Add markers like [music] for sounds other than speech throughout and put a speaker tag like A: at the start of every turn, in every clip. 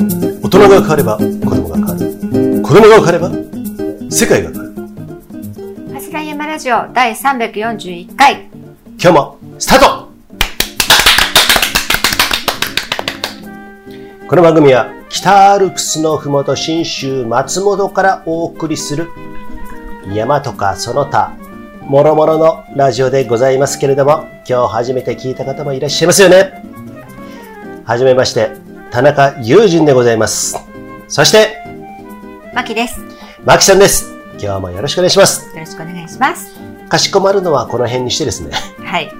A: 人が変われば子供が変わる。子供が変われば世界が変わる。
B: 柱山ラジオ第341回。
A: 今日もスタートこの番組は北アルプスのふもと信州松本からお送りする山とかその他もろもろのラジオでございますけれども今日初めて聞いた方もいらっしゃいますよねはじめまして田中友人でございますそして
B: まきです。よ
A: マキさんです今日もよろしくお願いします
B: ろしくお願いします。
A: かしこまるのはこの辺にしてですね [laughs]
B: はい。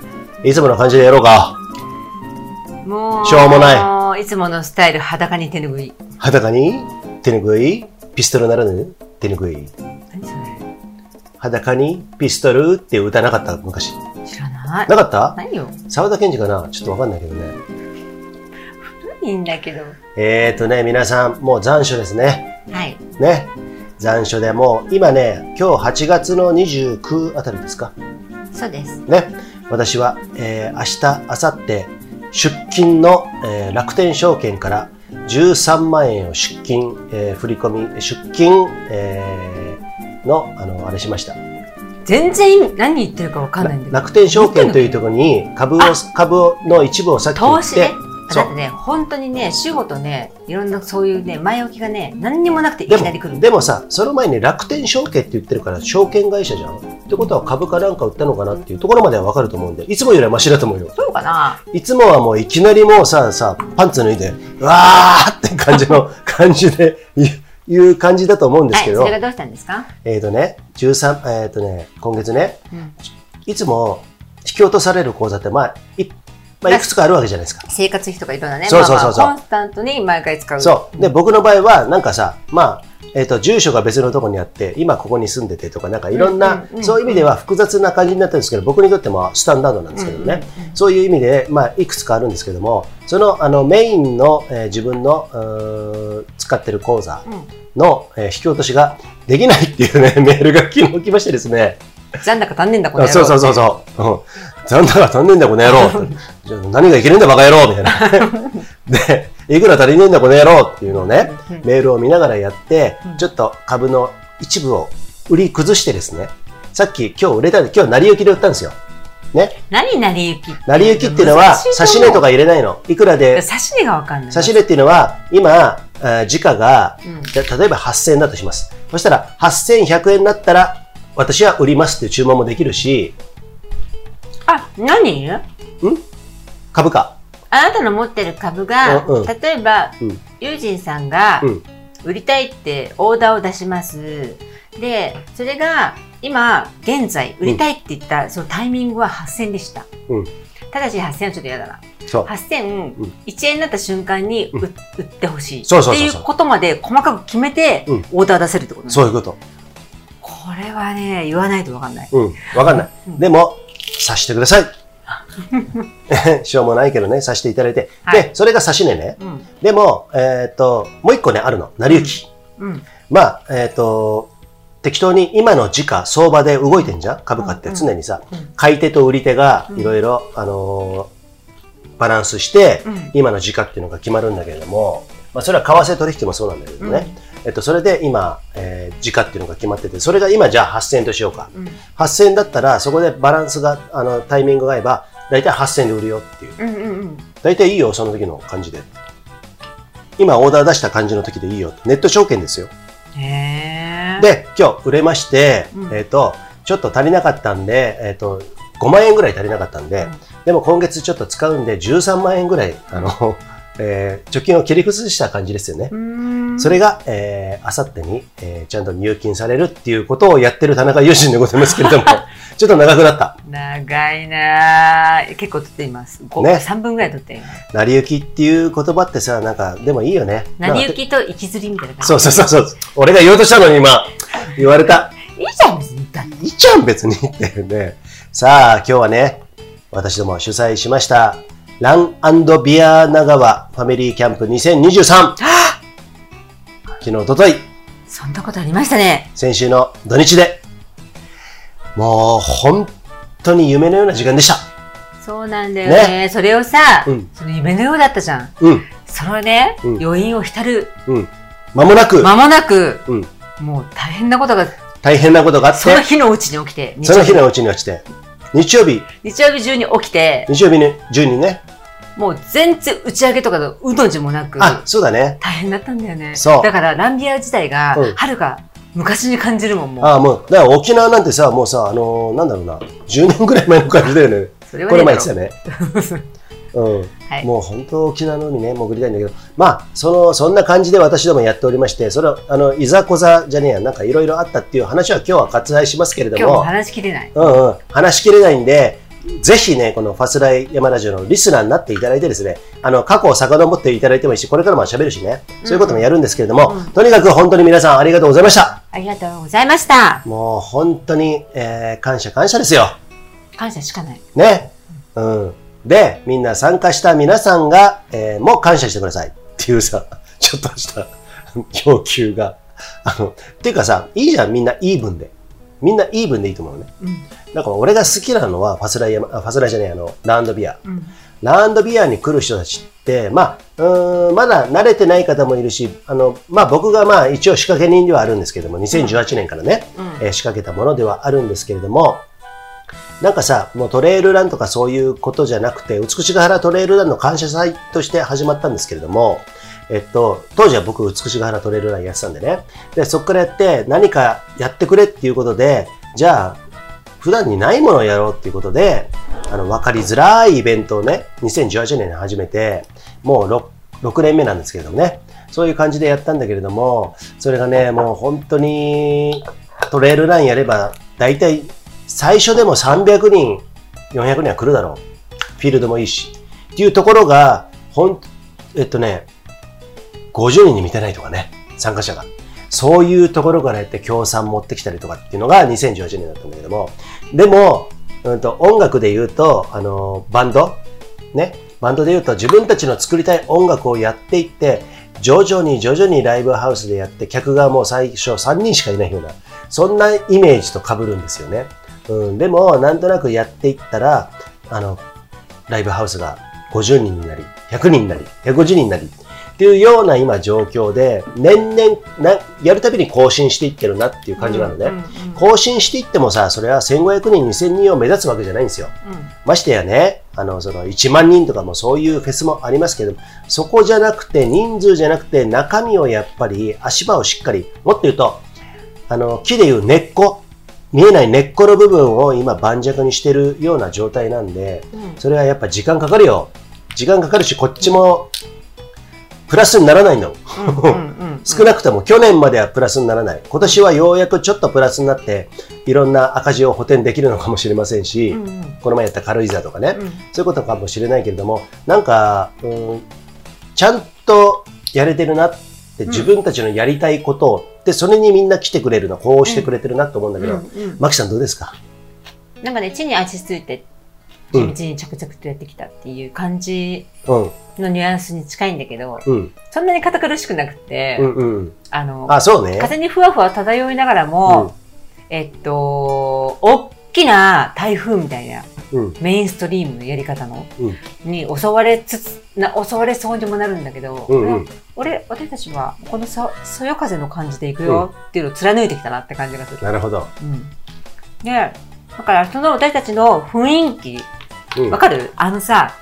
A: いつもの感じでやろうか
B: もう、
A: しょうも
B: ない。いつものスタイル裸に手拭い。
A: 裸に手ぬぐいピストルならぬ手ぬぐい
B: 何それ
A: 裸にピストルって歌なかった昔
B: 知らない。
A: なかった
B: 何よ。
A: 沢田研二かなちょっとわかんないけどね
B: いいんだけど。
A: えーとね皆さんもう残暑ですね
B: はい。
A: ね残暑でもう今ね今日8月の29あたりですか
B: そうです。
A: ね私は、えー明日明後日出勤の、えー楽天証券から13万円を出金、えー振り込み出金、えーのあのあれしました
B: 全然意味、何言ってるかわかんないんだけど。
A: 楽天証券というところに株を
B: あ、
A: 株をの一部をさっき言
B: 投
A: っ
B: 資ね
A: て、。
B: あ
A: そう
B: だってね、本当にね、仕事ね、いろんなそういうね、前置きがね、何にもなくていき
A: で
B: なり来る
A: もでもさ、その前に楽天証券って言ってるから証券会社じゃん。ってことは株価なんか売ったのかなっていうところまではわかると思うんで、いつもよりはマシだと思うよ。
B: そうかない
A: つもはもういきなりもうさ、さ、パンツ脱いで、うわーって感じの [laughs] 感じで言う、いう感じだと思うんです
B: はい、
A: けど、
B: それがどうしたんですか
A: えっ、とね、13、えっ、とね、今月ね、
B: うん。
A: いつも引き落とされる口座って、まあ、い,、まあ、いくつかあるわけじゃないですか。
B: 生活費とかいろんなね、
A: そうそうそうそう
B: まあまあコンスタントに毎回使う。
A: そう。で、僕の場合は、なんかさ、まあ、えっと住所が別のとこにあって今ここに住んでてとかなんかいろん
B: うん
A: な
B: うんうんうん
A: そういう意味では複雑な感じになってるんですけど僕にとってもスタンダードなんですけどね、
B: うんうんうん
A: そういう意味で、まあ、いくつかあるんですけどもそのあのメインの、えー自分のうー使ってる口座
B: うん
A: の、えー引き落としができないっていうね [laughs] メールが昨日来ましてですね
B: 残高足んねえんだ、こ
A: あ
B: れ。
A: そうそうそうそう、うん、残高足んねえんだこの野 [laughs] 郎じゃあ何がいけねえんだバカ野郎みたいな [laughs] でいくら足りねえんだこの野郎っていうのをね、
B: うん
A: メールを見ながらやって、
B: うん
A: ちょっと株の一部を売り崩してですね、さっき今日売れたんで、今日成り行きで売ったんですよ。ね。
B: 何成り行き
A: 成り行きっていうのは、差し値と
B: か。
A: か入れないの。いくらで、
B: 差し値がわかんない。
A: 差し値っていうのは、今、えー時価が、
B: うん
A: じゃ例えば8000円だとします。そしたら、8100円になったら、私は売りますっていう注文もできるし、
B: あ、何あ
A: 株価。
B: なたの持ってる株が、
A: うんうん
B: 例えば、
A: うん
B: 友人さんが
A: うん、
B: 売りたいってオーダーを出します。で、それが、今、現在、売りたいって言った、そのタイミングは8000でした。
A: うん
B: ただし8000はちょっと嫌だな。
A: そう。
B: 8000、
A: うん
B: 1円になった瞬間に
A: うん
B: 売,、売ってほしい。
A: そうそうそうそう
B: っていうことまで細かく決めて、
A: うん
B: オーダー出せるってことね。
A: そういうこと。
B: これはね、言わないとわかんない。
A: うん。わかんない。
B: うん
A: でも、さしてください。 [laughs] しょうもないけどね、さしていただいて。
B: はい
A: で、それが差し値ね。
B: うん。
A: でも、えっ、と、もう一個ね、あるの。成り行き。
B: うん。
A: まあ、えっ、と、適当に今の時価、相場で動いてんじゃん株価って
B: うんうん
A: 常にさ、
B: うん
A: 買い手と売り手が
B: うん
A: いろいろ、あのーバランスして、
B: うん
A: 今の時価っていうのが決まるんだけれども、まあ、それは為替取引もそうなんだけどね。えっと、それで今、えー時価っていうのが決まってて、それが今じゃあ8000円としようか。
B: うん。
A: 8000円だったら、そこでバランスが、あの、タイミングが合えば、だいたい8000円で売るよっていう。
B: うんうんうん。
A: 大体いいよ、その時の感じで。今、オーダー出した感じの時でいいよ。ネット証券ですよ。
B: へえ。
A: で、今日売れまして、
B: うん
A: えっ、と、ちょっと足りなかったんで、えっ、と、5万円ぐらい足りなかったんで、
B: うん
A: でも今月ちょっと使うんで、13万円ぐらい、あの、 [laughs] えー貯金を切り崩した感じですよね。
B: うーん
A: それが、えー、あさってに、えーちゃんと入金されるっていうことをやってる田中友人でございますけれ
B: [laughs]
A: ども、ちょっと長くなった。
B: 長いなぁ結構取っています。
A: ね
B: ね、3分ぐらい取っています。
A: 成り行きっていう言葉ってさ、なんか、でもいいよね。
B: 成り
A: なん
B: 行
A: か
B: きと行きずりみたいな感じ。
A: そうそうそうそう。俺が言おうとしたのに今、言われた。
B: いいじゃん、別に。だって
A: いいじゃん、別に [laughs] っていうね。さあ、今日はね、私ども主催しました、ランビア長川ファミリーキャンプ2023。昨日、おととい、
B: そんなことありましたね。
A: 先週の土日で、もう本当に夢のような時間でした。
B: そうなんだよね。それをさ、
A: うん
B: その夢のようだったじゃん。
A: うん、
B: そのね、
A: うん
B: 余韻を浸る
A: うん、間もなく
B: 間もなく、
A: うん
B: もう大変なことが
A: 大変なことがあって、
B: その日のうちに起きて日
A: その
B: 曜
A: 日
B: 日
A: のうちに落ちて、日曜日、
B: 日曜日中に起きて
A: 日曜日に10人ね。
B: もう全然打ち上げとかのうどんじもなく
A: あ、そうだね。
B: 大変だったんだよね
A: そう
B: だからランビア自体が
A: うん
B: はるか昔に感じるもんもう
A: あもう、だから沖縄なんてさ、もうさ、あのーなんだろうな、10年ぐらい前の感じだよね。
B: それは
A: こ
B: ね
A: れ前言ってた
B: [laughs]
A: ね。うん。
B: はい
A: もう本当沖縄の海ね潜りたいんだけどまあそのそんな感じで私どもやっておりましてそれはあのいざこざじゃねえやなんかいろいろあったっていう話は今日は割愛しますけれど
B: 今日も
A: も
B: 話しきれない
A: うんうん、話しきれないんでぜひねこのファスライ山ラジオのリスナーになっていただいてですねあの過去を遡っていただいてもいいしこれからも喋るしねそういうこともやるんですけれども、
B: うん
A: とにかく本当に皆さんありがとうございました
B: ありがとうございました
A: もう本当に、えー感謝感謝ですよ
B: 感謝しかない
A: ね。うん。で、みんな参加した皆さんが、えーもう感謝してくださいっていうさ、 [laughs] ちょっとした要求が。あの、っていうかさ、いいじゃん、みんなイーブンで。みんなイーブンでいいと思うのね。
B: うん
A: だから俺が好きなのは、ファスライヤマ、あファスライじゃねえ、あの、ラウンドビア。
B: うん
A: ラウンドビアに来る人たちって、まあ、うーん、まだ慣れてない方もいるし、あの、まあ僕がまあ一応仕掛け人ではあるんですけども、2018年からね、
B: うん
A: えー仕掛けたものではあるんですけれども、なんかさ、もうトレイルランとかそういうことじゃなくて、美しが原トレイルランの感謝祭として始まったんですけれども、えっと、当時は僕、美しが原トレイルランやってたんでね。で、そこからやって、何かやってくれっていうことで、じゃあ、普段にないものをやろうっていうことで、あの、わかりづらいイベントをね、2018年に始めて、もう 6, 6年目なんですけれどもね、そういう感じでやったんだけれども、それがね、もう本当に、トレイルランやれば、大体、最初でも300人、400人は来るだろう。フィールドもいいし。っていうところが、ほん、えっとね、50人に満たないとかね、参加者が。そういうところからやって協賛持ってきたりとかっていうのが2018年だったんだけども。でも、うん、と音楽で言うと、あの、バンドね。バンドで言うと自分たちの作りたい音楽をやっていって、徐々に徐々にライブハウスでやって、客がもう最初3人しかいないような、そんなイメージと被るんですよね。うん、でも、なんとなくやっていったら、あの、ライブハウスが50人になり、100人になり、150人になり、っていうような今状況で、年々な、やるたびに更新していってるなっていう感じなのね。
B: うんうんうん
A: 更新していってもさ、それは1500人、2000人を目指すわけじゃないんですよ。ましてやね、あの、その1万人とかもそういうフェスもありますけど、そこじゃなくて、人数じゃなくて、中身をやっぱり、足場をしっかり、もっと言うと、あの、木でいう根っこ、見えない根っこの部分を今盤石にしてるような状態なんで、
B: うんうん
A: それはやっぱ時間かかるよ。時間かかるし、こっちも、プラスにならないの。
B: うんうんうん
A: 少なくとも去年まではプラスにならない。今年はようやくちょっとプラスになって、いろんな赤字を補填できるのかもしれませんし、
B: うんうん
A: この前やった軽井沢とかね、
B: うん
A: そういうことかもしれないけれども、なんか、うん、ちゃんとやれてるなって、
B: うん
A: 自分たちのやりたいことを、で、それにみんな来てくれるな、こうしてくれてるなと思うんだけど、
B: うんうん
A: マキさんどうですか
B: なんかね、地に足ついて、
A: う
B: 地
A: ん
B: 道に着々とやってきたっていう感じ
A: うん、
B: のニュアンスに近いんだけど、
A: うん、
B: そんなに堅苦しくなくて、
A: うん、うん。
B: あの、
A: あ、そうね。
B: 風にふわふわ漂いながらも、えっと、大きな台風みたいな
A: うん、うん、
B: メインストリームのやり方の、
A: うん
B: に襲われつつ、な襲われそうにもなるんだけど、
A: うん、うん。
B: 俺、私たちはこのそそよ風の感じでいくよっていうのを貫いてきたなって感じがする。
A: なるほど。
B: うん。ねだからその私たちの雰囲気、
A: うん
B: わ、かるあのさ、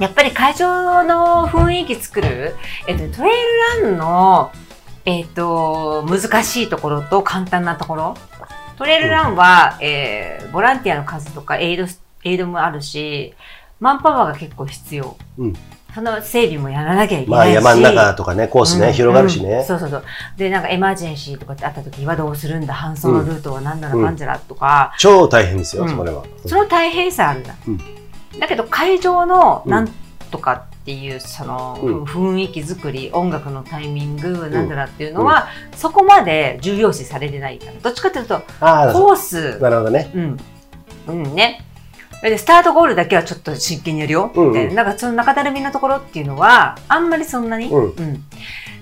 B: やっぱり会場の雰囲気作る、えっとね、トレイルランの、えっと、難しいところと簡単なところ。トレイルランは、えーボランティアの数とかエイド、エイドもあるし、マンパワーが結構必要。
A: うん
B: その整備もやらなきゃいけ
A: まあ
B: ないし。
A: 山の中とかね、コースね、
B: うん
A: 広がるし
B: うん
A: ね。
B: そうそうそう。で、なんかエマージェンシーとかってあった時はどうするんだ、搬送のルートは何だらかんじゃらとか、
A: 超大変ですよ、
B: うん
A: それは。
B: その大変さあるじゃん。だけど会場のなんとかっていう、その、
A: うん
B: 雰囲気作り、音楽のタイミング、なんだらっていうのは、そこまで重要視されてないから。どっちかというと、
A: ああ、
B: コース、
A: なるほどね。
B: うん。うんね。で、スタートゴールだけはちょっと真剣にやるよ。
A: うんうん
B: みたいな。なんかその中だるみのところっていうのは、あんまりそんなに、
A: うん
B: うん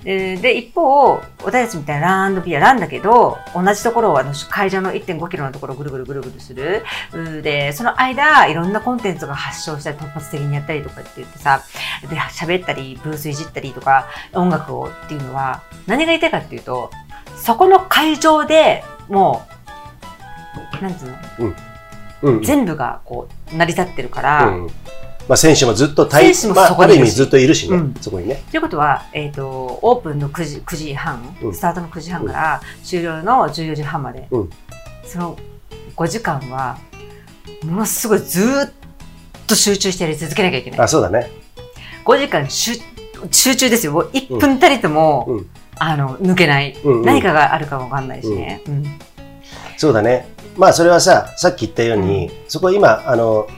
B: えーで、一方、私たちみたいなランドビア、ランだけど、同じところをあの会場の1.5キロのところをぐるぐるぐるぐるする。うーで、その間、いろんなコンテンツが発症したり、突発的にやったりとかって言ってさ、で、喋ったり、ブースいじったりとか、音楽をっていうのは、何が言いたいかっていうと、そこの会場でもう、なんつうの、
A: うん
B: 全部がこう、成り立ってるか
A: う
B: ら、
A: んまあ、選手もずっと対
B: 選手も
A: ま
B: そ
A: あ、
B: こ
A: あ
B: に
A: る意
B: いるし
A: 味ずっといるしね、
B: うん
A: そこにね。
B: ということは、えっ、と、オープンの9時 ,9 時半、
A: うん
B: スタートの9時半から終了の14時半まで、
A: うん
B: その5時間は、ものすごいずーっと集中してやり続けなきゃいけない。
A: あ、そうだね。
B: 5時間集集中ですよ。1分たりとも、
A: うん
B: あの、抜けない。
A: うんうん
B: 何かがあるかわかんないしね。うん
A: そうだね。まあ、それはさ、さっき言ったように、そこ今、あの、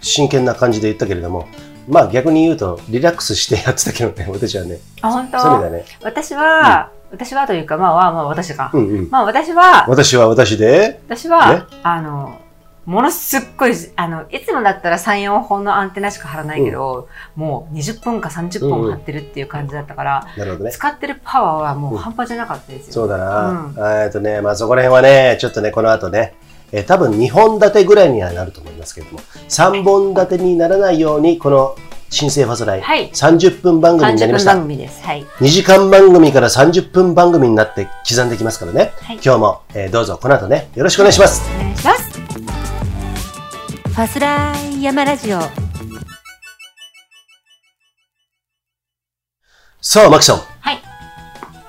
A: 真剣な感じで言ったけれども、まあ逆に言うと、リラックスしてやってたけどね、私はね。
B: あ、本
A: そういう意味
B: 当
A: だね。
B: 私は、私はというか、まあ、まあまあ私が。
A: うんうん。
B: まあ私は、
A: 私は私で、
B: 私は、
A: ね
B: あの、ものすっごい、あの、いつもだったら3、4本のアンテナしか張らないけど、もう20分か30
A: うんう
B: 本
A: ん
B: 張ってるっていう感じだったから、
A: なるほどね。
B: 使ってるパワーはもう
A: うん
B: 半端じゃなかったですよ。
A: そうだな。
B: う
A: えっとね、まあそこら辺はね、ちょっとね、この後ね、えー多分2本立てぐらいにはなると思いますけれども、3本立てにならないように、この新生ファスライ、
B: はい。
A: 30分番組になり
B: 30
A: まし
B: 分
A: た
B: 番。組です。はい。
A: 2時間番組から30分番組になって刻んできますからね、
B: はい
A: 今日も、えーどうぞこの後ねよろしくお願いします
B: お願いします。ファスライヤマラジオ。は
A: さあマキさん
B: い。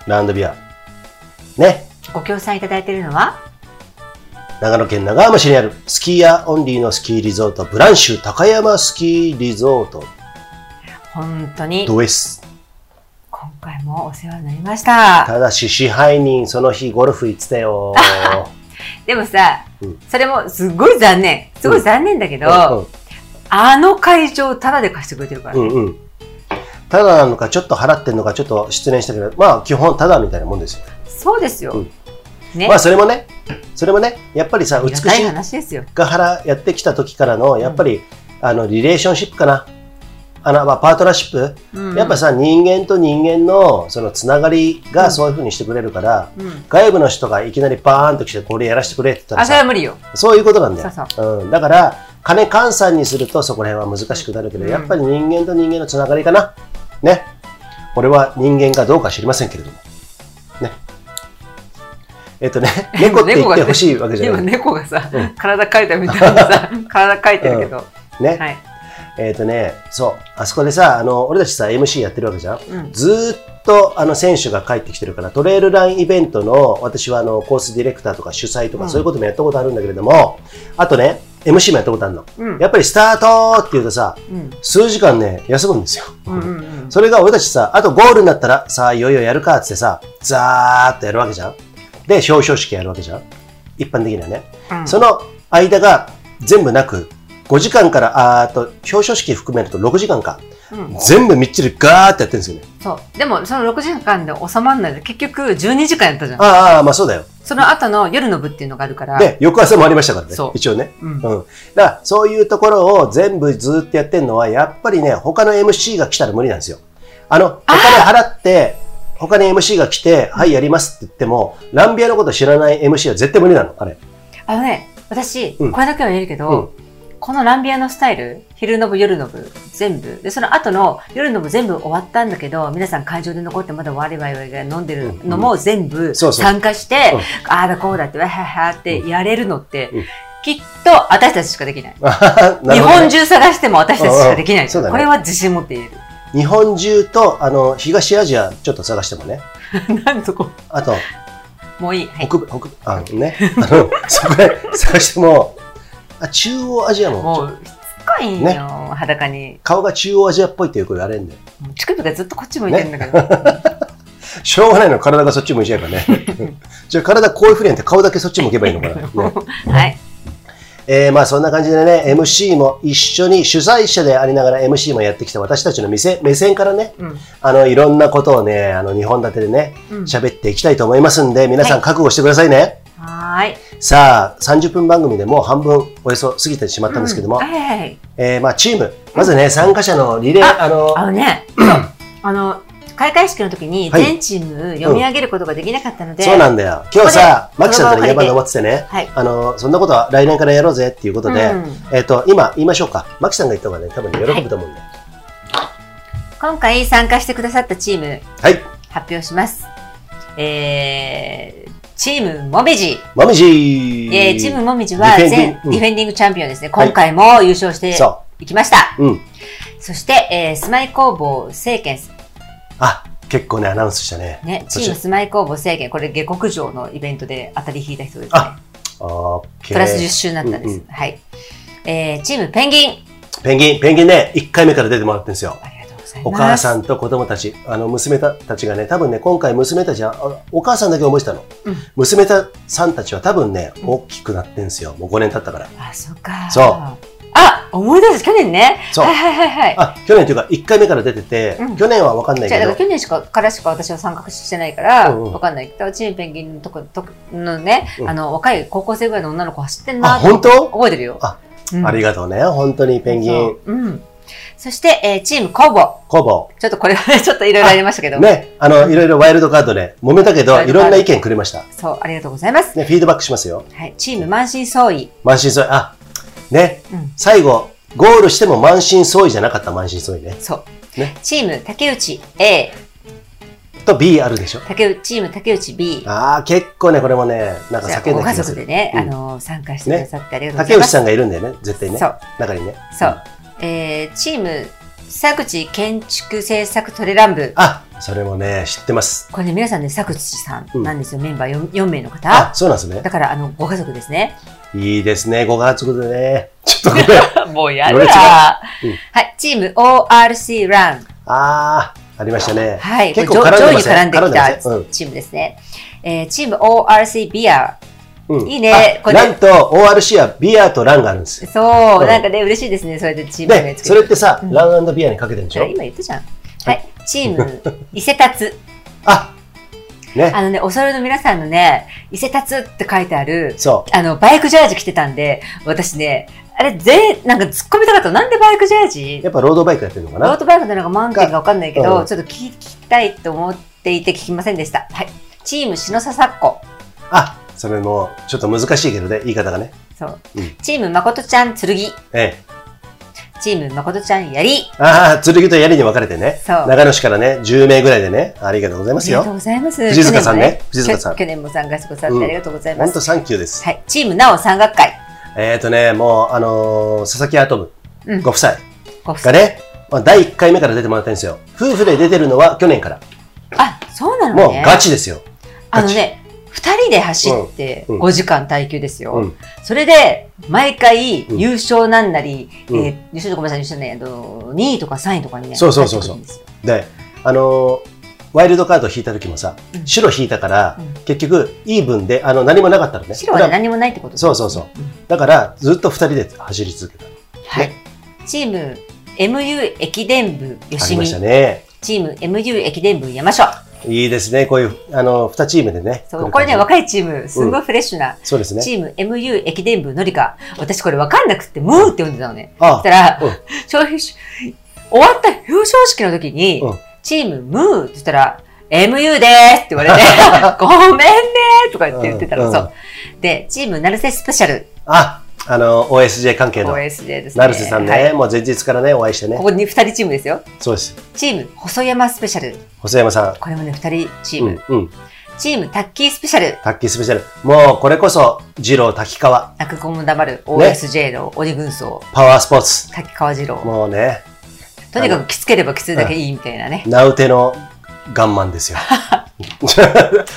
A: ラウンドビアね
B: ご協賛いただいているのは、
A: 長野県長浜市にあるスキーヤーオンリーのスキーリゾートブランシュ高山スキーリゾート
B: 本当に、
A: ドエス
B: 今回もお世話になりました。
A: ただし支配人その日ゴルフ行ってた
B: [laughs]
A: よ
B: でもさ、
A: うん
B: それもすごい残念。すごい残念だけど、あの会場をタダで貸してくれてるから
A: う
B: ね。
A: んうんうんただなのかちょっと払ってんのかちょっと失念したけどまあ基本ただみたいなもんですよ、
B: そうですよ。
A: うん
B: ね。
A: まあそれもねそれもねやっぱりさ
B: あり
A: 美
B: が
A: した
B: い
A: い
B: 話ですよ。
A: ガハラやってきた時からの、やっぱり、あの、リレーションシップかな。あの、まあ、パートナーシップ、
B: うん
A: やっぱ、さ、人間と人間の、その、つながり
B: う
A: が
B: ん
A: そういうふうにしてくれるから、
B: うん。
A: 外部の人がいきなりバーンと来て、これやらせてくれって言った
B: あ、
A: ら
B: それは
A: さ、
B: 無理よ。
A: そういうことなんだよ。
B: そう
A: うん、だから、金換算にするとそこら辺は難しくなるけど、
B: うん
A: やっぱり人間と人間のつながりかな。ね。これは人間かどうか知りませんけれども。ね。えっ
B: [laughs]
A: とね、猫って言ってほしいわけじゃ
B: 今
A: ない。
B: 猫がさ、
A: うん
B: 体かいたみたいに
A: [laughs]
B: さ、体かいてるけど。
A: ね。
B: はい。
A: えっ、とね、そう、あそこでさ、あの、俺たちさ、MC やってるわけじゃん。
B: うん。
A: ずーっと、あの、選手が帰ってきてるから、トレイルランイベントの、私は、あの、コースディレクターとか主催とか、
B: うん
A: そういうこともやったことあるんだけれども、あとね、MC もやったことあるの。
B: うん。
A: やっぱりスタートって言うとさ、
B: うん。
A: 数時間ね、休むんですよ。
B: うんうんうん。
A: それが俺たちさ、あとゴールになったら、さあ、いよいよやるかってさ、ザーっとやるわけじゃん。で、表彰式やるわけじゃん。一般的にはね。
B: うん
A: その間が全部なく、5時間から、あーっと、表彰式含めると6時間か。
B: うん
A: 全部みっちりガーってやってるんですよね。
B: そう。でも、その6時間で収まんないで、結局12時間やったじゃん。
A: ああああ、まあそうだよ。
B: その後の夜の部っていうのがあるから。
A: で、翌朝もありましたからね
B: そう。
A: 一応ね。
B: うん。
A: うん。だから、そういうところを全部ずーっとやってるのは、やっぱりね、他の MC が来たら無理なんですよ。あの、お金払って、他に MC が来て、はい、やりますって言っても、ランビアのこと知らない MC は絶対無理なの、あれ。
B: あのね、私、
A: うん [laughs]
B: これだけは言えるけど、このランビアのスタイル、昼の部、夜の部、全部。で、その後の夜の部全部終わったんだけど、皆さん会場で残ってまだワイワイワイワイ飲んでる
A: うん
B: のも全部
A: そうそう
B: 参加して
A: うん、
B: ああだこうだって、わははってやれるのって
A: うん、
B: きっと私たちしかできない。
A: あははな
B: 日
A: るほど
B: 本
A: ね
B: 中探しても私たちしかできな
A: うんう
B: い。
A: んそうだね
B: これは自信持って言え
A: 日本中と、あの、東アジアちょっと探してもね。
B: る。 [laughs] なんとこ。
A: あと、
B: もういい。はい。
A: 北部、北部、あのね、あの、 [laughs] そこで探しても、あ中央アジアも、
B: もう、しつこいんよ、
A: ね
B: 裸に。
A: 顔が中央アジアっぽいってよく言われるんで。
B: もう乳首がずっとこっち向いてるんだけ
A: [laughs]
B: ど。
A: しょうがないの、体がそっち向いちゃえ
B: [laughs]
A: ばね。じゃあ体こういうふうにやって顔だけそっち向けばいいのかな。ね
B: [laughs] はい。
A: えーまあそんな感じでね、MC も一緒に主催者でありながら MC もやってきた私たちの目線目線からね、
B: うん。
A: あの、いろんなことをね、あの、日本立てでね、
B: うん
A: 喋っていきたいと思いますんで、皆さん覚悟してくださいね。
B: はーい。
A: さあ、30分番組でもう半分およそ過ぎてしまったんですけども、
B: うんはいはいはい。
A: えーまあチーム、まずね、参加者のリレー、あの、
B: あのね、そうあの、開会式の時に
A: はい
B: 全チーム読み上げることができなかったので、
A: そうなんだよ。今日さ、
B: ここで
A: マキさんとね、
B: この
A: 山
B: 場を借りて
A: 登っててね、
B: はい
A: あの、そんなことは来年からやろうぜっていうことで、
B: うん
A: えっ、と、今言いましょうか。マキさんが言った方がね、多分ね、喜ぶと思うんで。
B: 今回参加してくださったチーム
A: はい。
B: 発表します。えー、チームもみじ。
A: もみじー
B: えーチームもみじは
A: ディ
B: 前
A: フェンディングうん
B: ディフェンディングチャンピオンですね。
A: はい
B: 今回も優勝して
A: そ
B: いきました。
A: う。うん。
B: そして、えースマイ工房聖剣、
A: あ、結構ね、アナウンスしたね。
B: ね、チ
A: そ
B: ー
A: し
B: ム
A: て
B: スマイ工房聖剣、これ下克上のイベントで当たり引いた人ですね。
A: あオッケー
B: プラス10周になったんです。
A: うんうん
B: はい。えーチームペンギン。
A: ペンギン、ペンギンね、1回目から出てもらってるんですよ。
B: ありがとうございます。
A: お母さんと子供たち、あの娘たたちがね、多分ね、今回娘たちは、あお母さんだけ覚えてたの。
B: うん
A: 娘たさんたちは多分ね、
B: うん
A: 大きくなってんですよ。もう5年経った
B: [laughs]
A: から。
B: あ、そうか。
A: そう
B: あ、思い出す、去年ね。
A: そう
B: はいはいはいはい。
A: あ、去年というか、1回目から出てて、
B: うん
A: 去年は分かんない
B: じゃあ、
A: け
B: だから
A: ど、
B: 去年しか、からしか私は参画してないから、
A: うんうん
B: わかんないけど、チームペンギンのとこ、とこのね、
A: うん
B: あの、若い高校生ぐらいの女の子走ってん
A: あ、
B: な、
A: 本当、
B: 覚えてるよ。
A: あ、
B: うん、
A: ありがとうね。本当にペンギ
B: そ
A: ン
B: う、うん。そして、えーチームコボ。
A: 工房。
B: ちょっとこれはね、ちょ [laughs] っといろいろありましたけど、
A: ね、あの、いろいろワイルドカードで、揉めたけど、
B: ワイ
A: い
B: ルド
A: ろ
B: カー
A: ん
B: ド
A: な意見くれました。
B: そう、ありがとうございます。
A: ね、フィードバックしますよ。
B: はい、チーム満身創痍。
A: 満身創痍。あ、ね、
B: うん、
A: 最後、ゴールしても満身創痍じゃなかった満身創痍ね。
B: そう。
A: ね
B: チーム竹内 A、
A: と B あるでしょ。
B: 竹内チーム竹内 B。
A: ああ、結構ね、これもね、なんか
B: じゃあ
A: 叫ん
B: ご
A: だ
B: 家
A: 気が
B: 族
A: する。
B: でね、
A: うん
B: あの、参加してくださってありがとうござ
A: 竹
B: いま
A: 内
B: す。
A: さんがいるんだよね、絶対ね
B: そ。う、
A: 中にね。
B: そう。えーチーム、作地建築制作トレラン部。
A: あ、それもね、知ってます。
B: これね、皆さんね、作地さんなんですよ、メンバー 4, 名の
A: あ
B: 方。、
A: そうなんですね。
B: だから、あの、ご家族ですね。
A: いいですね、ご家族でね。ちょっとごめん。あ
B: [laughs] もうや
A: だ
B: だ。
A: うん
B: はい、チーム ORC ラン。
A: あー、ありましたね。
B: はい、
A: 結
B: こ
A: 構
B: れ
A: 絡ん
B: 上
A: で
B: 位
A: ま
B: に
A: せん
B: 絡んで
A: 絡ん
B: き
A: でま
B: た
A: せんうん
B: チームですね。えーチーム ORC ビア。
A: うん
B: いいね
A: あ
B: これ
A: なんと、ORC はビアとランがあるんですよ。
B: そう、
A: うん
B: なんかね、嬉しいですね、それでチーム名
A: で、
B: つけ
A: そ
B: て
A: れってさ
B: う、ん
A: ランビアにかけてるんでしょ
B: 今言ったじゃん。はい、チーム伊勢達。
A: あ、ね、
B: あのね、お揃いの皆さんのね、伊勢達って書いてある、
A: そ
B: あの、バイクジャージ着てたんで、私ね、あれ、ぜ、なんか突っ込みたかったのなんでバイクジャー
A: う。
B: ジ
A: やっぱロードバイクやってるのか
B: ロー
A: な
B: ドバイクなのか満点かわかんないけ
A: う
B: ど、
A: ん
B: ちょっと聞きたいと思っていて聞きませんでした。はい。チーム篠佐さっこ。
A: あ、それも、ちょっと難しいけどね、言い方がね。
B: そう
A: うん。
B: チーム誠ちゃん剣。
A: ええ。
B: チーム誠ちゃんやり。
A: ああ、剣と槍に分かれてね。
B: そう
A: 長野市からね、10名ぐらいでね、ありがとうござい
B: あ
A: ます
B: りがとう
A: よ。
B: ございます。
A: 藤塚さんね
B: 去
A: 藤
B: 年も
A: 塚さん
B: 去去年も参加してくださってありがとうござい
A: ほ
B: ま
A: んと
B: す。
A: サンキューです。
B: はい。チームなお山学会。
A: えっ、ー、とね、もう、あのー佐々木アトム
B: うん
A: ご夫妻
B: ご夫妻
A: がね、まあ、第1回目から出てもらってるんですよ。夫婦で出てるのは去年から。
B: あ、そうなのね。
A: もうガチですよ。
B: あのね、二人で走って
A: うんうん
B: 5時間耐久ですよ。
A: うん
B: それで、毎回
A: うん
B: 優勝なんなり、
A: うん
B: えー優勝ごめんなさい、優勝ね、あの2位とか3位とかにね、
A: そうそうそうそう
B: 入ってくるんですよ
A: で、あのーワイルドカード引いた時もさ、
B: うん
A: 白引いたから、
B: うん
A: 結局、イーブンで、あの、何もなかったのね。
B: 白はね
A: だから
B: 何もないってこと
A: そうそうそう。
B: ん
A: だから、ずっと2人で走り続けた。
B: はい。チーム MU 駅伝部
A: あ
B: 吉
A: りま
B: 見、
A: したね。
B: チーム MU 駅伝部山椒。
A: いいですね、こういう、あの、2チームでね。
B: そうこれね、
A: る感じ
B: 若いチーム、すごいフレッシュな。
A: そうですね。
B: チーム MU 駅伝部のりか。私これわかんなくって、ムーって呼んでたのね。
A: あ
B: そしたら、
A: うん
B: 消費し終わった表彰式の時に、
A: うん
B: チームムーって言ったら、MU でーすって言わ
A: [laughs]
B: れて、ごめんねーとか言って言ってたら、
A: うん
B: そう。で、チームナルセスペシャル、
A: あ、あの、OSJ 関係の、
B: OSJ ですね。
A: 成瀬さんね、
B: はい
A: もう前日からね、お会いして
B: こ
A: ね。
B: こに二人チームですよ。
A: そうです。
B: チーム細山スペシャル。
A: 細山さ
B: これもね、二人チ
A: ん。
B: ー
A: う
B: ム。
A: ん、うん。
B: チームタッキースペシャル。
A: 卓球スペシャル。もう、これこそ、二郎、滝川、
B: 泣く子も黙る OSJ の鬼軍曹、
A: パワースポーツ。
B: 滝川次郎。
A: もうね、
B: とにかくきつければきついだけいいみたいなね。
A: ナウテのガンマン
B: [laughs]
A: ですよ。 [laughs]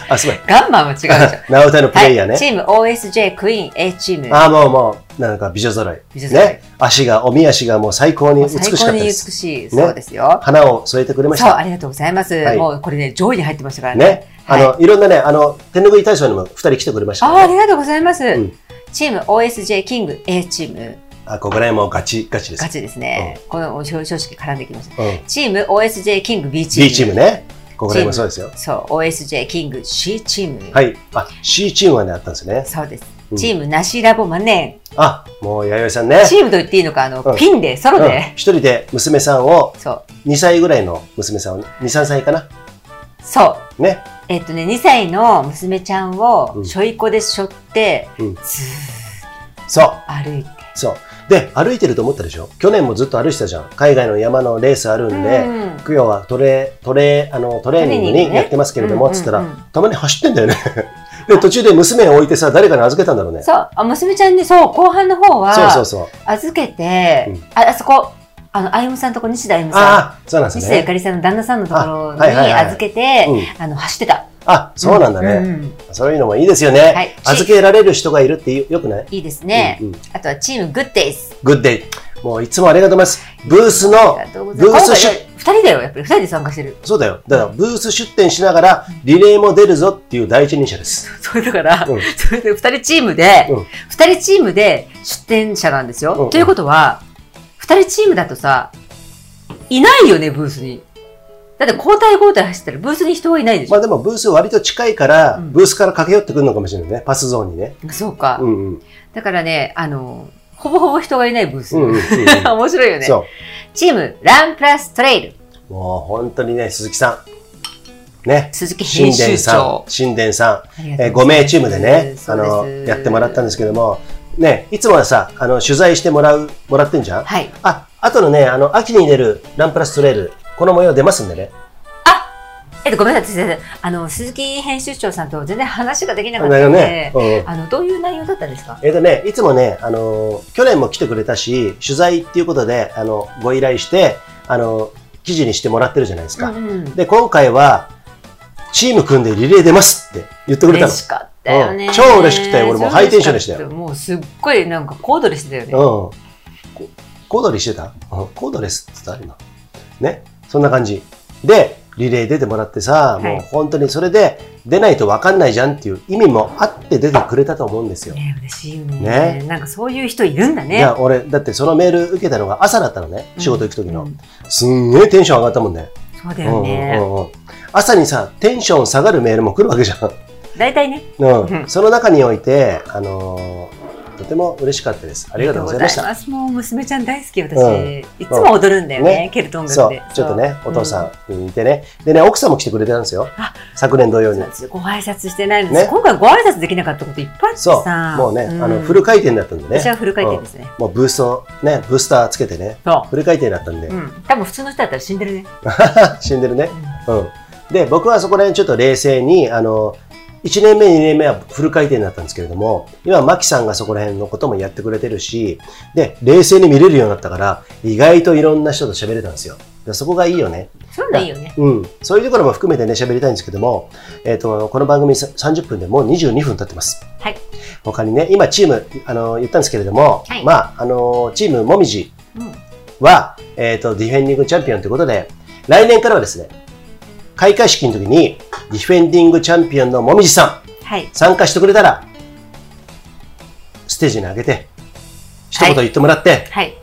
A: あ、すごい。
B: ガンマンは違うでしょ。
A: ナウテのプ
B: は
A: レイヤー
B: い、チ
A: ね。
B: ーム OSJ クイーン A チーム。
A: あ、もうもう、なんか美女揃い。
B: 美女揃い
A: ね。足が、おみ足がもう最高に美しかっ
B: 最高
A: た
B: に
A: で
B: 美
A: す。
B: しい、
A: ね
B: そうですよ。
A: 花を添えてくれまし
B: そう、
A: た。
B: ありがとうございます。
A: はい
B: もうこれね、上位に入ってましたからね。
A: ね。あ
B: はい、あ
A: の、いろんなね、あの、手拭い体操にも二人来てくれましたから
B: あ
A: ね、
B: ありがとうございます。
A: ん
B: チーム OSJ キング A チーム、
A: あ、ここら辺もガチガチです
B: ガ。チですね。この表彰式絡んできました。
A: うん。
B: チーム OSJ キング B チーム。
A: B チームね。ここら辺もそうですよ。
B: そう、OSJ キング C チーム。
A: はい。あ、C チームはね、あったんですね。
B: そうです。
A: うん
B: チームなしラボマネ
A: あ、もう弥生さんね
B: ー。。チームと言っていいのか、あの、
A: うん
B: ピンで、ソロ
A: うん
B: で、
A: 一人で娘さんを、
B: そう、
A: 2歳ぐらいの娘さんを、2、3歳かな。
B: そう。
A: ね。
B: えっとね、2歳の娘ちゃん
A: う
B: を
A: ん
B: しょいこでしょって、
A: うん
B: ずー
A: そう。
B: っと歩いて。
A: そう。で、歩いてると思ったでしょ去年もずっと歩いてたじゃん。海外の山のレースあるんで、
B: うん
A: 今日はトレ、トレ、あの、トレーニング
B: トレーニング
A: に
B: ね
A: やってますけれども、
B: うんうんう
A: つ
B: ん
A: ったら、たまに走ってんだよね。で、途中で娘を置いてさ、誰かに預けたんだろうね。
B: そう、あ娘ちゃんね、そう、後半の方
A: そうそう
B: は、
A: そう。
B: 預けて、
A: うん
B: ああそこ、あの、あゆむさんとこ、西田あゆむさん。
A: ああ、そうなんで
B: 西
A: す
B: 田ゆ
A: ね。
B: かりさんの旦那さんのところに
A: あはいはいはい
B: 預けて、
A: うん
B: あの、走ってた。
A: あ、そうなんだね、
B: うん
A: そういうのもいいですよね。
B: はい
A: 預けられる人がいるってよよくない
B: いいですね、
A: うんうん
B: あとはチームグッデイズ。
A: グッデイ。もういつもありがとうございます。ブースの
B: ありがとうござい
A: ブ
B: ま
A: ー
B: す。
A: ス
B: 今
A: 出、
B: 回、二人だよ、やっぱり。二人で参加してる。
A: そうだよ。だからブース出店しながら、リレーも出るぞっていう第一人者です。
B: [laughs] それだから、
A: うん
B: それで二人チームで、
A: うん
B: 二人チームで出店者なんですよ。
A: うんうん
B: ということは、二人チームだとさ、いないよね、ブースに。だって交代交代走ったらブースに人はいないでし
A: ま
B: ょ。
A: あでもブース割と近いから、
B: うん
A: ブースから駆け寄ってくるのかもしれないね。パスゾーンにね。
B: そうか、
A: うんうん。
B: だからね、あの、ほぼほぼ人がいないブース。
A: うんうんうん
B: [laughs]
A: う
B: 面白いよ
A: ん。
B: ね。
A: そ
B: チーム、ランプラストレイル。
A: う。もう本当にね、鈴木さん。ね。
B: 鈴木
A: 神
B: 編
A: 殿
B: 集
A: さ
B: 長。
A: ん。神殿さん。
B: ありがと
A: え
B: う
A: ー、
B: ご
A: 5
B: ざい
A: 名
B: ます
A: チームでね、あ
B: そう
A: の、
B: です
A: やってもらったんですけども、ね、いつもはさ、あの、取材してもらう、もらってんじゃん
B: はい。
A: あ、あとのね、あの、秋に出るランプラストレール、この模様出ますんでね。
B: えっと、ごめんなさい、先生。あの、鈴木編集長さんと全然話ができな
A: あ
B: か
A: の
B: ったので、
A: ね、うんうん
B: あの、どういう内容だったんですか
A: えっ、とね、いつもね、あのー去年も来てくれたし、取材っていうことで、あの、ご依頼して、あの記事にしてもらってるじゃないですか。
B: うん
A: で、今回は、チーム組んでリレー出ますって言ってくれたの。
B: 嬉しかったよね、
A: うん超嬉しくて俺もうハイテンションでしたよ
B: 超嬉かもうすっごいなんかコードレスだよね、
A: うん。こコードレスしてたうんコードレスって言った今。ね。そんな感じ。で、リレー出てもらってさ、
B: はい
A: もう本当にそれで出ないと分かんないじゃんっていう意味もあって出てくれたと思うんですよ。
B: ね嬉しいよね
A: ね
B: なんかそういう人いるんだ
A: い
B: ね
A: や、俺、だってそのメール受けたのが朝だったのね。仕事行く時の。
B: うん
A: すんげえテンション上がったもんね。
B: そうだよ
A: う
B: ね
A: んうんうんうん朝にさ、テンション下がるメールも来るわけじゃん。
B: 大体、ね
A: うん
B: [laughs] う。ん
A: その中において、あのーとても嬉しかったです。あ
B: あ
A: りがとうございました。
B: すもう娘ちゃん大好き私、
A: うん
B: いつも踊るんだよね
A: ね
B: ケルトン
A: そ
B: 楽
A: う
B: で、
A: ちょっとね、
B: そう
A: お父さんにいてね。でね、奥さんも来てくれてたんですよ
B: あ。
A: 昨年同
B: う
A: 様
B: んそう
A: に
B: なん。ですよご挨拶してないので、
A: ね
B: 今回ご挨拶できなかったこといっぱいあって
A: そ
B: さ
A: う、もうね、
B: ん
A: あの、フル回転だったんで
B: 私
A: ね。
B: はフル回転ですね、
A: もうブースト、ね、ブースターつけてね、
B: そ
A: フル回転だったんで
B: う、う、ん、多分普通の人だったら死んでるね、
A: [laughs] 死んでるね
B: う。
A: うん。で、僕はそこら辺ちょっと冷静に、あの、1年目、2年目はフル回転だったんですけれども、今、マキさんがそこら辺のこともやってくれてるし、で、冷静に見れるようになったから、意外といろんな人と喋れたんですよ。でそこがいいよね。
B: んそういうのいいよね
A: うん、そういうところも含めてね、喋りたいんですけども、えっ、と、この番組さ30分でもう22分経ってます。
B: はい。
A: 他にね、今チーム、あの、言ったんですけれども、
B: はい
A: まあ、あの、チームもみじ
B: うん
A: は、えっ、と、ディフェンディングチャンピオンということで、来年からはですね、開会式の時に、ディフェンディングチャンピオンのもみじさん、
B: はい
A: 参加してくれたら、ステージに上げて、一言言ってもらって、
B: はい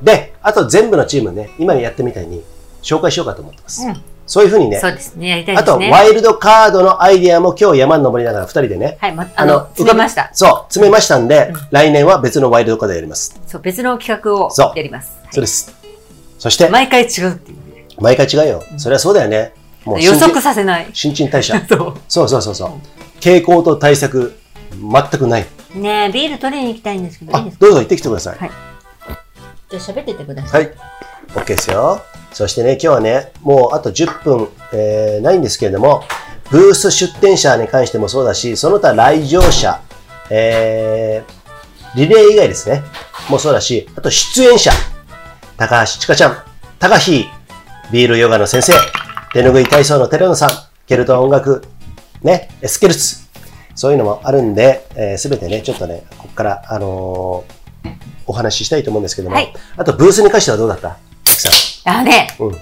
A: で、あと全部のチームね、今やってみたいに、紹介しようかと思ってます。
B: うん
A: そういうふうにね、
B: そうですね、やりたいで
A: あ
B: す
A: と、
B: ね。
A: ワイルドカードのアイディアも今日山に登りながら2人でね、
B: はい、ま、あの、詰めました。
A: そう、詰めましたんで、
B: うん
A: 来年は別のワイルドカードやります。
B: そう、別の企画を
A: そう
B: やります。はい
A: そうです。そして、
B: 毎回違うっていうね。
A: 毎回違うよ
B: う。ん
A: そりゃそうだよね。も
B: 予測
A: 新陳
B: させない。
A: 新陳代謝。
B: [laughs] そ
A: [laughs] そうそうそうそう
B: うん。
A: 傾向と対策、全くない。
B: う。ねえ、ビール取りに行きたいんですけど、いい
A: あ
B: で、すか
A: どうぞ行ってきてください。
B: はいじゃあ喋っててください。
A: はい。OK ですよ。そしてね、今日はね、もうあと10分、えーないんですけれども、ブース出店者に関してもそうだし、その他来場者、えーリレー以外ですね、もうそうだし、あと出演者、高橋ちかちゃん、高ひビールヨガの先生、手ぬぐい体操のテレノさん、ケルト音楽、ね、エスケルツ、そういうのもあるんで、す、えー、べ、てね、ちょっとね、ここから、あのーお話ししたいと思うんですけども、
B: はい
A: あとブースに関してはどうだったゆきさ
B: あのね、
A: ん。うん。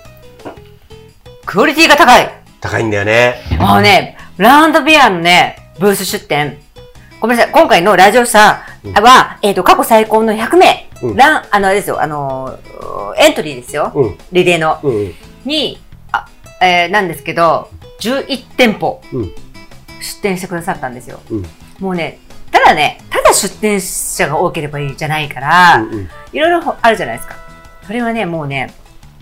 B: クオリティが高い。
A: 高いんだよね。
B: あのね、ラウンドビアのね、ブース出店。ごめんなさい、今回のラジオさ
A: うん
B: は、えっ、と、過去最高の100名。
A: うん
B: ラン、あの、あれですよ、あのー、エントリーですよ。
A: うん。
B: リレーの。
A: うんうん。
B: に、あ、えーなんですけど、11店舗
A: うん
B: 出店してくださったんですよ。
A: うん
B: もうね、ただね、たら出店者が多ければいいじゃないから、
A: うんうん
B: いろいろあるじゃないですか。それはね、もうね、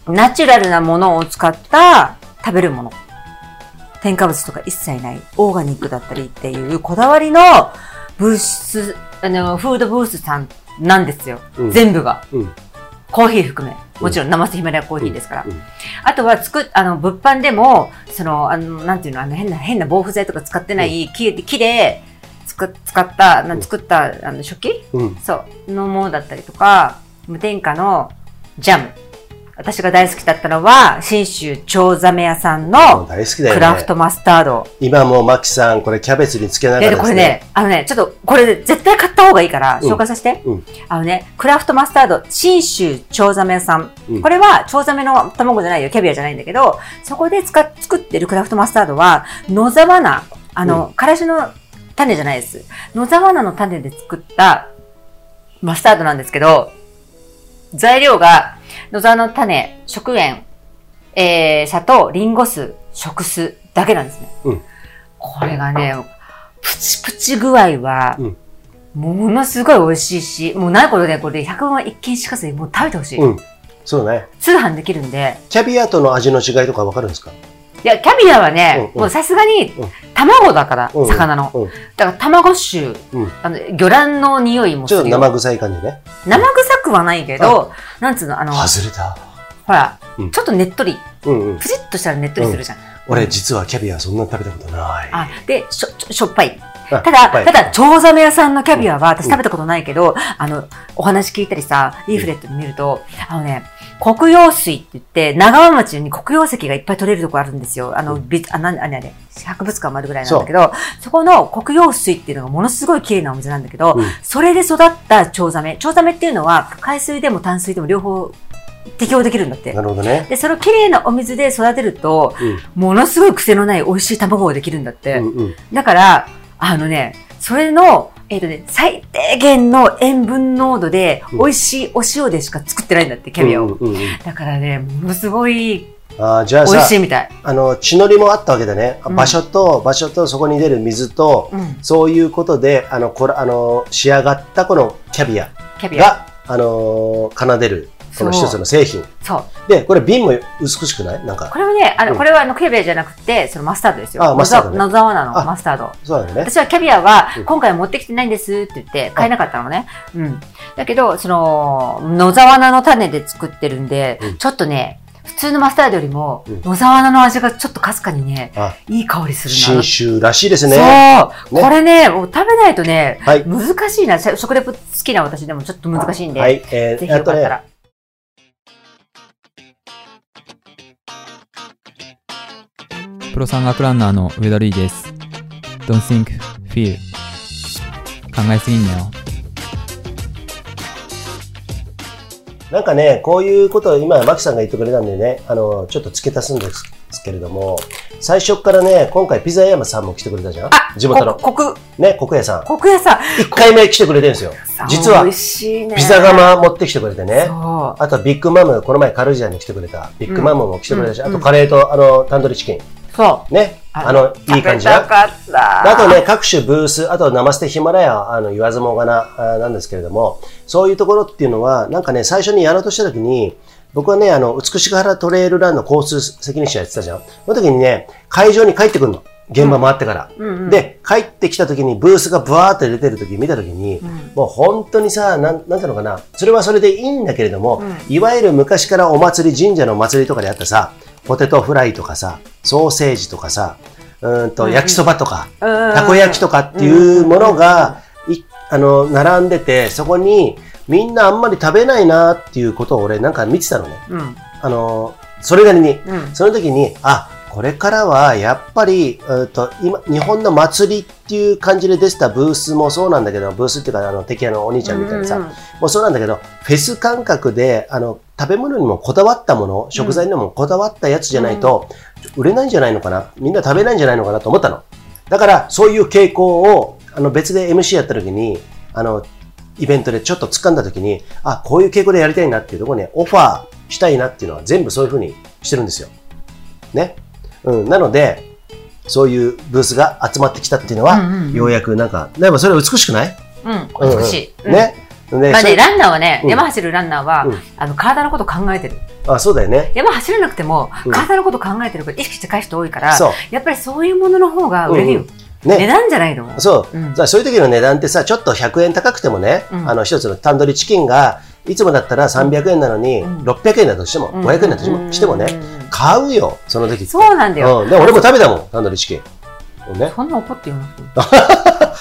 B: ナチュラルなものを使った食べるもの。添加物とか一切ない、オーガニックだったりっていうこだわりのブース、あの、フードブースさんなんですよ。
A: うん
B: 全部が。
A: うん
B: コーヒー含め。もちろん生瀬ヒマラヤコーヒーですから。
A: うんうん
B: あとは、つく、あの、物販でも、その、あの、なんていうの、あの、変な、変な防腐剤とか使ってない、木で木で、つく使った、な作った、あの、食器
A: うん
B: そう、のものだったりとか、無添加のジャム。私が大好きだったのは、信州蝶ザメ屋さ
A: も
B: ん
A: う
B: の
A: 大好きだよね
B: クラフトマスタード。
A: 今もうマキさんこれキャベツにつけながら
B: で、
A: ですね
B: これね、あのね、ちょっと、これ絶対買った方がいいから、
A: うん
B: 紹介させて。
A: うん
B: あのね、クラフトマスタード、信州蝶ザメ屋さん。
A: うん
B: これは、蝶ザメの卵じゃないよ、キャビアじゃないんだけど、そこで使っ作ってるクラフトマスタードは、野沢菜、あの、からしの種じゃないです。野沢菜の種で作ったマスタードなんですけど、材料が、野沢菜の種、食塩、えー、砂糖、リンゴ酢、食酢だけなんですね。
A: うん
B: これがね、プチプチ具合は、
A: うん
B: ものすごい美味しいし、もうないことで、これ100分は一見しかずにもう食べてほしい、
A: うんそうね
B: 通販できるんで、
A: キャビアとの味の違いとかわかるんですか
B: いや、キャビアはね、
A: うんうん
B: もうさすがに
A: うん
B: 卵だから、
A: うんうん
B: 魚の、
A: うん
B: だから卵臭、
A: うん
B: あの、魚卵の匂いも
A: ち
B: す
A: ょっと
B: るよ。
A: 生臭い感じね
B: 生臭くはないけど、なんつうの、あの、
A: 外れた
B: ほら、
A: うん
B: ちょっとねっとり、
A: うんうん
B: プチッとしたらねっとりするじゃん。
A: 俺実はキャビアそんな食べたことない
B: あ、で、しょ、しょしょっぱい。
A: あ
B: た
A: や
B: だ、
A: っぱり
B: ただ、チョウザメ屋さんのキャビアは
A: ん
B: 私食べたことないけど、あの、お話聞いたりさ、リーフレット見ると、あのね、黒曜水って言って、長浜町に黒曜石がいっぱい取れるとこあるんですよ。あの、
A: う
B: び、あ、なん、あれあれ、博物館もあるぐらいなんだけど、そこの黒曜水っていうのがものすごい綺麗なお水なんだけど、
A: うん
B: それで育ったチョウザメ。チョウザメっていうのは、海水でも淡水でも両方適応できるんだって
A: な。るほどね
B: で、その綺麗なお水で育てると、
A: うん
B: ものすごい癖のない美味しい卵ができるんだって。
A: うんうん
B: だから、あのね、それの、えっ、とね、最低限の塩分濃度で、
A: うん
B: 美味しいお塩でしか作ってないんだって、キャビアを。
A: うんうんうん
B: だからね、ものすごい
A: あーじゃあ
B: 美味
A: さ
B: しいみたい。
A: あの血のりもあったわけだね
B: うん
A: 場所と場所とそこに出る水と
B: うん、
A: そういうことであのこれあの仕上がったこのキャビア
B: キャビア。
A: があのー奏でるこの
B: そう
A: 一つの製品
B: そう。
A: でこれ瓶も美しくないなんか
B: これはね、あの、
A: うん
B: これはあの、キャビアじゃなくて、そのマスタードですよ。
A: あマスタードね
B: 野沢菜の
A: あ
B: マスタード。
A: そうだよね
B: 私はキャビアは
A: うん
B: 今回持ってきてないんですって言って買えなかったのね。うん。だけど、その、野沢菜の種で作ってるんで、
A: うん
B: ちょっとね、普通のマスタードよりも
A: うん、
B: 野沢菜の味がちょっとかすかにね
A: あ、
B: いい香りする
A: 新
B: な。
A: 種らしいですね
B: そう、
A: ね
B: これね、もう食べないとね、
A: はい
B: 難しいな。しゃ食レポ好きな私でもちょっと難しいんで、
A: はい、え
B: ぜ
A: ー、
B: ひよ
A: あ
B: か
A: と
B: った
A: ね
B: ら。
C: プロ山岳ランナーの上田瑠衣です。Don't think, feel. 考えすぎんなよ。
A: なんかねこういうことを今マキさんが言ってくれたんでねあのちょっと付け足すんですけれども最初からね今回ピザ山さんも来てくれたじゃん
B: あ、
A: 地元の
B: コク、
A: ね国屋さん
B: コク屋さ
A: 1回目来てくれてるんですよ
B: ん。
A: 実は
B: 美味しいね。
A: ピザ窯持ってきてくれてね
B: そ
A: あとビッグマムこの前カルジアに来てくれたビッグマムも来てくれたし、
B: うん
A: あとカレーとあのタンドリーチキン
B: う。そう。
A: ねあのいい感じ
B: 食べた
A: な
B: かった。
A: あとね各種ブースあと生捨てヒマラヤあの言わずもがなあなんですけれどもそういうところっていうのはなんかね最初にやろうとした時に僕はねあの美しが原トレイルランの交通責任者やってたじゃんその時にね会場に帰ってくるの現場回ってから、
B: うんうん、
A: で帰ってきた時にブースがブワーって出てる時見た時に、
B: うん
A: もう本当にさ、なんなんていうのかな、それはそれでいいんだけれども、
B: うん
A: いわゆる昔からお祭り、神社のお祭りとかであったさ、ポテトフライとかさ、ソーセージとかさ、うーん
B: う
A: と
B: んうん
A: 焼きそばとか、
B: た
A: たこ焼きとかっていうものが、いあの並んでて、そこにみんなあんまり食べないなっていうことを俺なんか見てたのね。
B: うん
A: あのそれなりに。
B: うん
A: その時に、あ、これからはやっぱり、えーと今日本の祭りっていう感じで出てたブースもそうなんだけど、ブースっていうか、あの、敵屋のお兄ちゃんみたいなさ、もうそうなんだけど、フェス感覚で、あの、食べ物にもこだわったもの、食材にもこだわったやつじゃないと、売れないんじゃないのかな、みんな食べないんじゃないのかなと思ったの。だから、そういう傾向を、あの、別で MC やった時に、あの、イベントでちょっと掴んだ時に、あ、こういう傾向でやりたいなっていうところね、オファーしたいなっていうのは全部そういうふうにしてるんですよ。ね。うん。なので、そういうブースが集まってきたっていうのは、
B: うんうんうん
A: ようやくなんか、でもそれ美しくない
B: うん、美しい。うん
A: ね。で
B: まあ
A: そ
B: ね、
A: れ
B: ランナーはね、
A: うん
B: 山走るランナーは、
A: うん
B: あの体のこと考えてる。
A: あ、そうだよね。
B: 山走らなくても、
A: うん
B: 体のこと考えてること意識して返人多いから、
A: そ
B: やっぱりそういうものの方が売れるよ。
A: う。
B: 値
A: ね。
B: 段じゃないの。
A: そう。
B: うん
A: だからそういう時の値段ってさ、ちょっと100円高くてもね、
B: うん
A: あの、一つのタンドリーチキンが、いつもだったら300円なのに、
B: うん
A: 600円だとしても、500円だとしてもしてもね、
B: ね。
A: 買うよ、その時。
B: そうなんだよ。
A: うん。で、俺も食べたもん、タンドリーチキン。ね。
B: そんな怒って言わなくても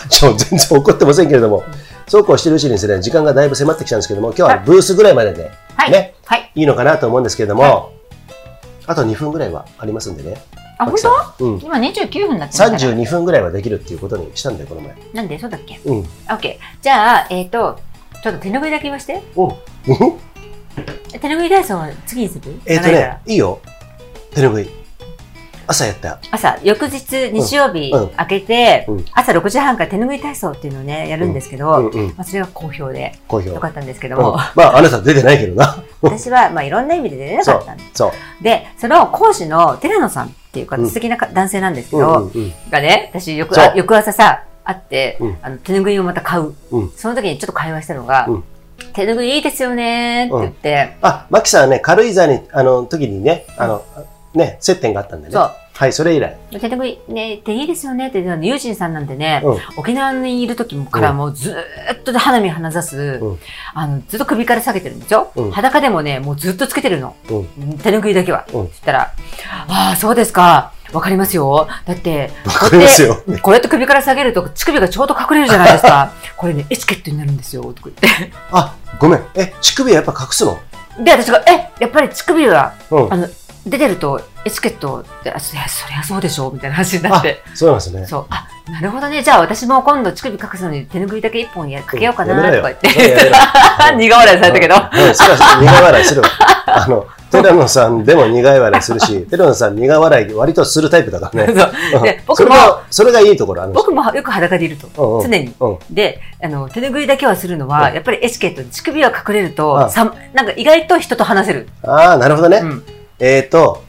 A: ちょ全然怒ってませんけれども、そうこうしてるうちにですね、時間がだいぶ迫ってきたんですけども、今日はブースぐらいまでで
B: はい。
A: ね、
B: はい。
A: いいのかなと思うんですけれども、
B: は
A: あと2分ぐらいはありますんでね。
B: あ、本
A: 奥さん
B: 当
A: うん。
B: 今29分だったんだから
A: 32分ぐらいはできるっていうことにしたんだよ、この前。
B: なんでそうだっけ
A: うん。
B: オッケー。じゃあ、えっ、と、ちょっと手拭いだけ言わして。
A: うん。
B: 手拭い体操は次にする
A: えっ、と
B: じゃないから
A: ね、いいよ。手拭い。朝やった。
B: 朝、翌日、日曜日、
A: うんうん
B: 明けて、
A: うん
B: 朝6時半から手拭い体操っていうのをね、やるんですけど、
A: うんうん。
B: まあ、それは好評で
A: 好評。う
B: よ
A: ん
B: かったんですけども、
A: まあ、あなた出てないけどな。
B: 私は、まあ、いろんな意味で出れなかったんで
A: そう。
B: で、その講師の寺野さんっていうか、
A: うん
B: 素敵なか男性なんですけ
A: う
B: ど、
A: んうんうん。
B: がね、私翌
A: そう
B: 翌朝さ、会って、
A: うん
B: あの手拭いをまた買う,、
A: うん
B: その時にちょっと会話したのが、
A: うん
B: 手拭いいいですよねーって言って、
A: あ、マキさんはね、軽井沢に、あの、時にね、あの、ね、接点があったんでね。
B: そう。
A: はい、それ以
B: [laughs]
A: 来。
B: 手拭いねっていいですよねって言ってたの、ユージンさんなんてね、
A: うん
B: 沖縄にいる時からもうずーっと花見花ざす、
A: うん
B: あの、ずっと首から下げてるんでしょ、
A: うん
B: 裸でもね、もうずっとつけてるの。
A: うん。
B: 手拭いだけは。
A: うん
B: って言ったら、ああ、そうですか。わかりますよ。だって、
A: わかりますよ。
B: こうやって首から下げると乳首がちょうど隠れるじゃないです
A: [laughs]
B: か。これね、エチケットになるんですよ。とか言って。
A: あ、ごめん。え、乳首はやっぱ隠すの
B: で、私が、え、やっぱり乳首は
A: うん。
B: あ出てるとエチケットって、あそりゃそりゃそうでしょみたいな話になっ
A: あ
B: て。、
A: そうなんですね。
B: そう。あ、なるほどね。じゃあ私も今度乳首隠すのに手拭いだけ一本やかけようかな
A: やめろ
B: と
A: よ
B: か言って。
A: やめろやめろ
B: [laughs] 苦笑いされたけど。
A: うん、それは苦笑いするわ。あの、寺野さんでも苦笑いするし、
B: [laughs]
A: 寺野さん苦笑い割とするタイプだからね。
B: そう
A: うん [laughs]
B: で
A: そ
B: 僕
A: れ
B: も、
A: が、それがいいところ、あの人
B: 僕もよく裸でいると。
A: うんうん
B: 常に。
A: うん
B: で、あの、手拭いだけはするのは、
A: うん
B: やっぱりエチケット、乳首は隠れる
A: う
B: と、
A: ん
B: さなんか意外と人と話せる。
A: ああ、なるほどね。
B: うん
A: えっと、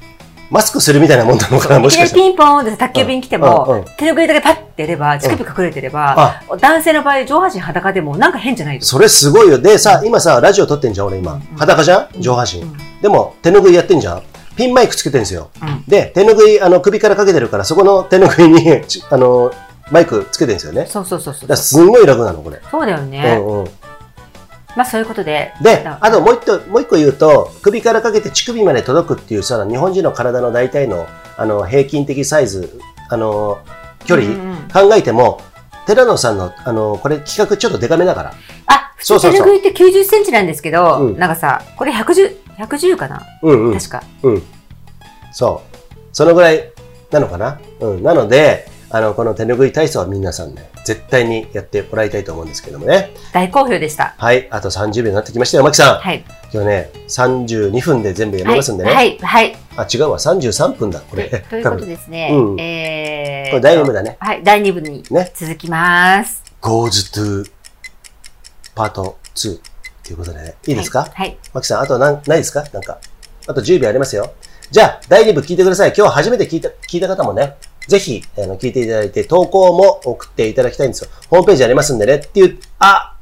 A: マスクするみたいなもんなのかな、も
B: い
A: し
B: き
A: か
B: な
A: し
B: り [laughs]
A: て。
B: ピンポンって宅急便来ても、
A: うんうん
B: 手拭いだけパッてやれば、乳首隠れてれば、
A: あ、
B: 男性の場合、上半身裸でもなんか変じゃないです
A: それすごいよ。で、さ、今さ、ラジオ撮ってんじゃん、俺
B: う
A: 今
B: ん。
A: 裸じゃん上半身。でも、手拭いやってんじゃんピンマイクつけてんすよ。
B: うん
A: で、手拭い、あの、首からかけてるから、そこの手拭いに、ちあの、マイクつけてんすよね。だか
B: そうそうそうそう
A: ら。すんごい楽なの、これ。
B: そうだよね。
A: うんうん。
B: まあそういうことで。
A: で、
B: だ
A: あともう一個、もう一個言うと、首からかけて乳首まで届くっていうさ、日本人の体の大体の、あの、平均的サイズ、あの、距離、
B: うんうん
A: 考えても、寺野さんの、あの、これ企画ちょっとデカめだから。
B: あ、普
A: そう
B: 通
A: そう
B: 手
A: そう
B: 拭いって90センチなんですけど、
A: うん
B: 長さ、これ110、110かな、
A: うんうん。
B: 確か。
A: そう。そのぐらいなのかな。うん。なので、あの、この手拭い体操は皆さんね、絶対にやってもらいたいと思うんですけどもね。
B: 大好評でした。
A: はい。あと30秒になってきましたよ、マキさん。
B: はい。
A: 今日ね、32分で全部やりますんでね。
B: はい、はい。
A: あ、違うわ、33分だ、こ
B: は
A: れ [laughs]
B: い。というこ
A: 多
B: と
A: 分
B: ですね、
A: うん
B: えー、
A: これ第2部だね。
B: はい、第2部に
A: ね
B: 続きます。
A: goes to パート2ということで、ね、いいですか、
B: はい。
A: マキさん、あとなんないですかなんか。あと10秒ありますよ。じゃあ、第2部聞いてください。今日初めて聞いた聞いた方もね、ぜひあの聞いていただいて、投稿も送っていただきたいんですよ。ホームページありますんでねっていう、あ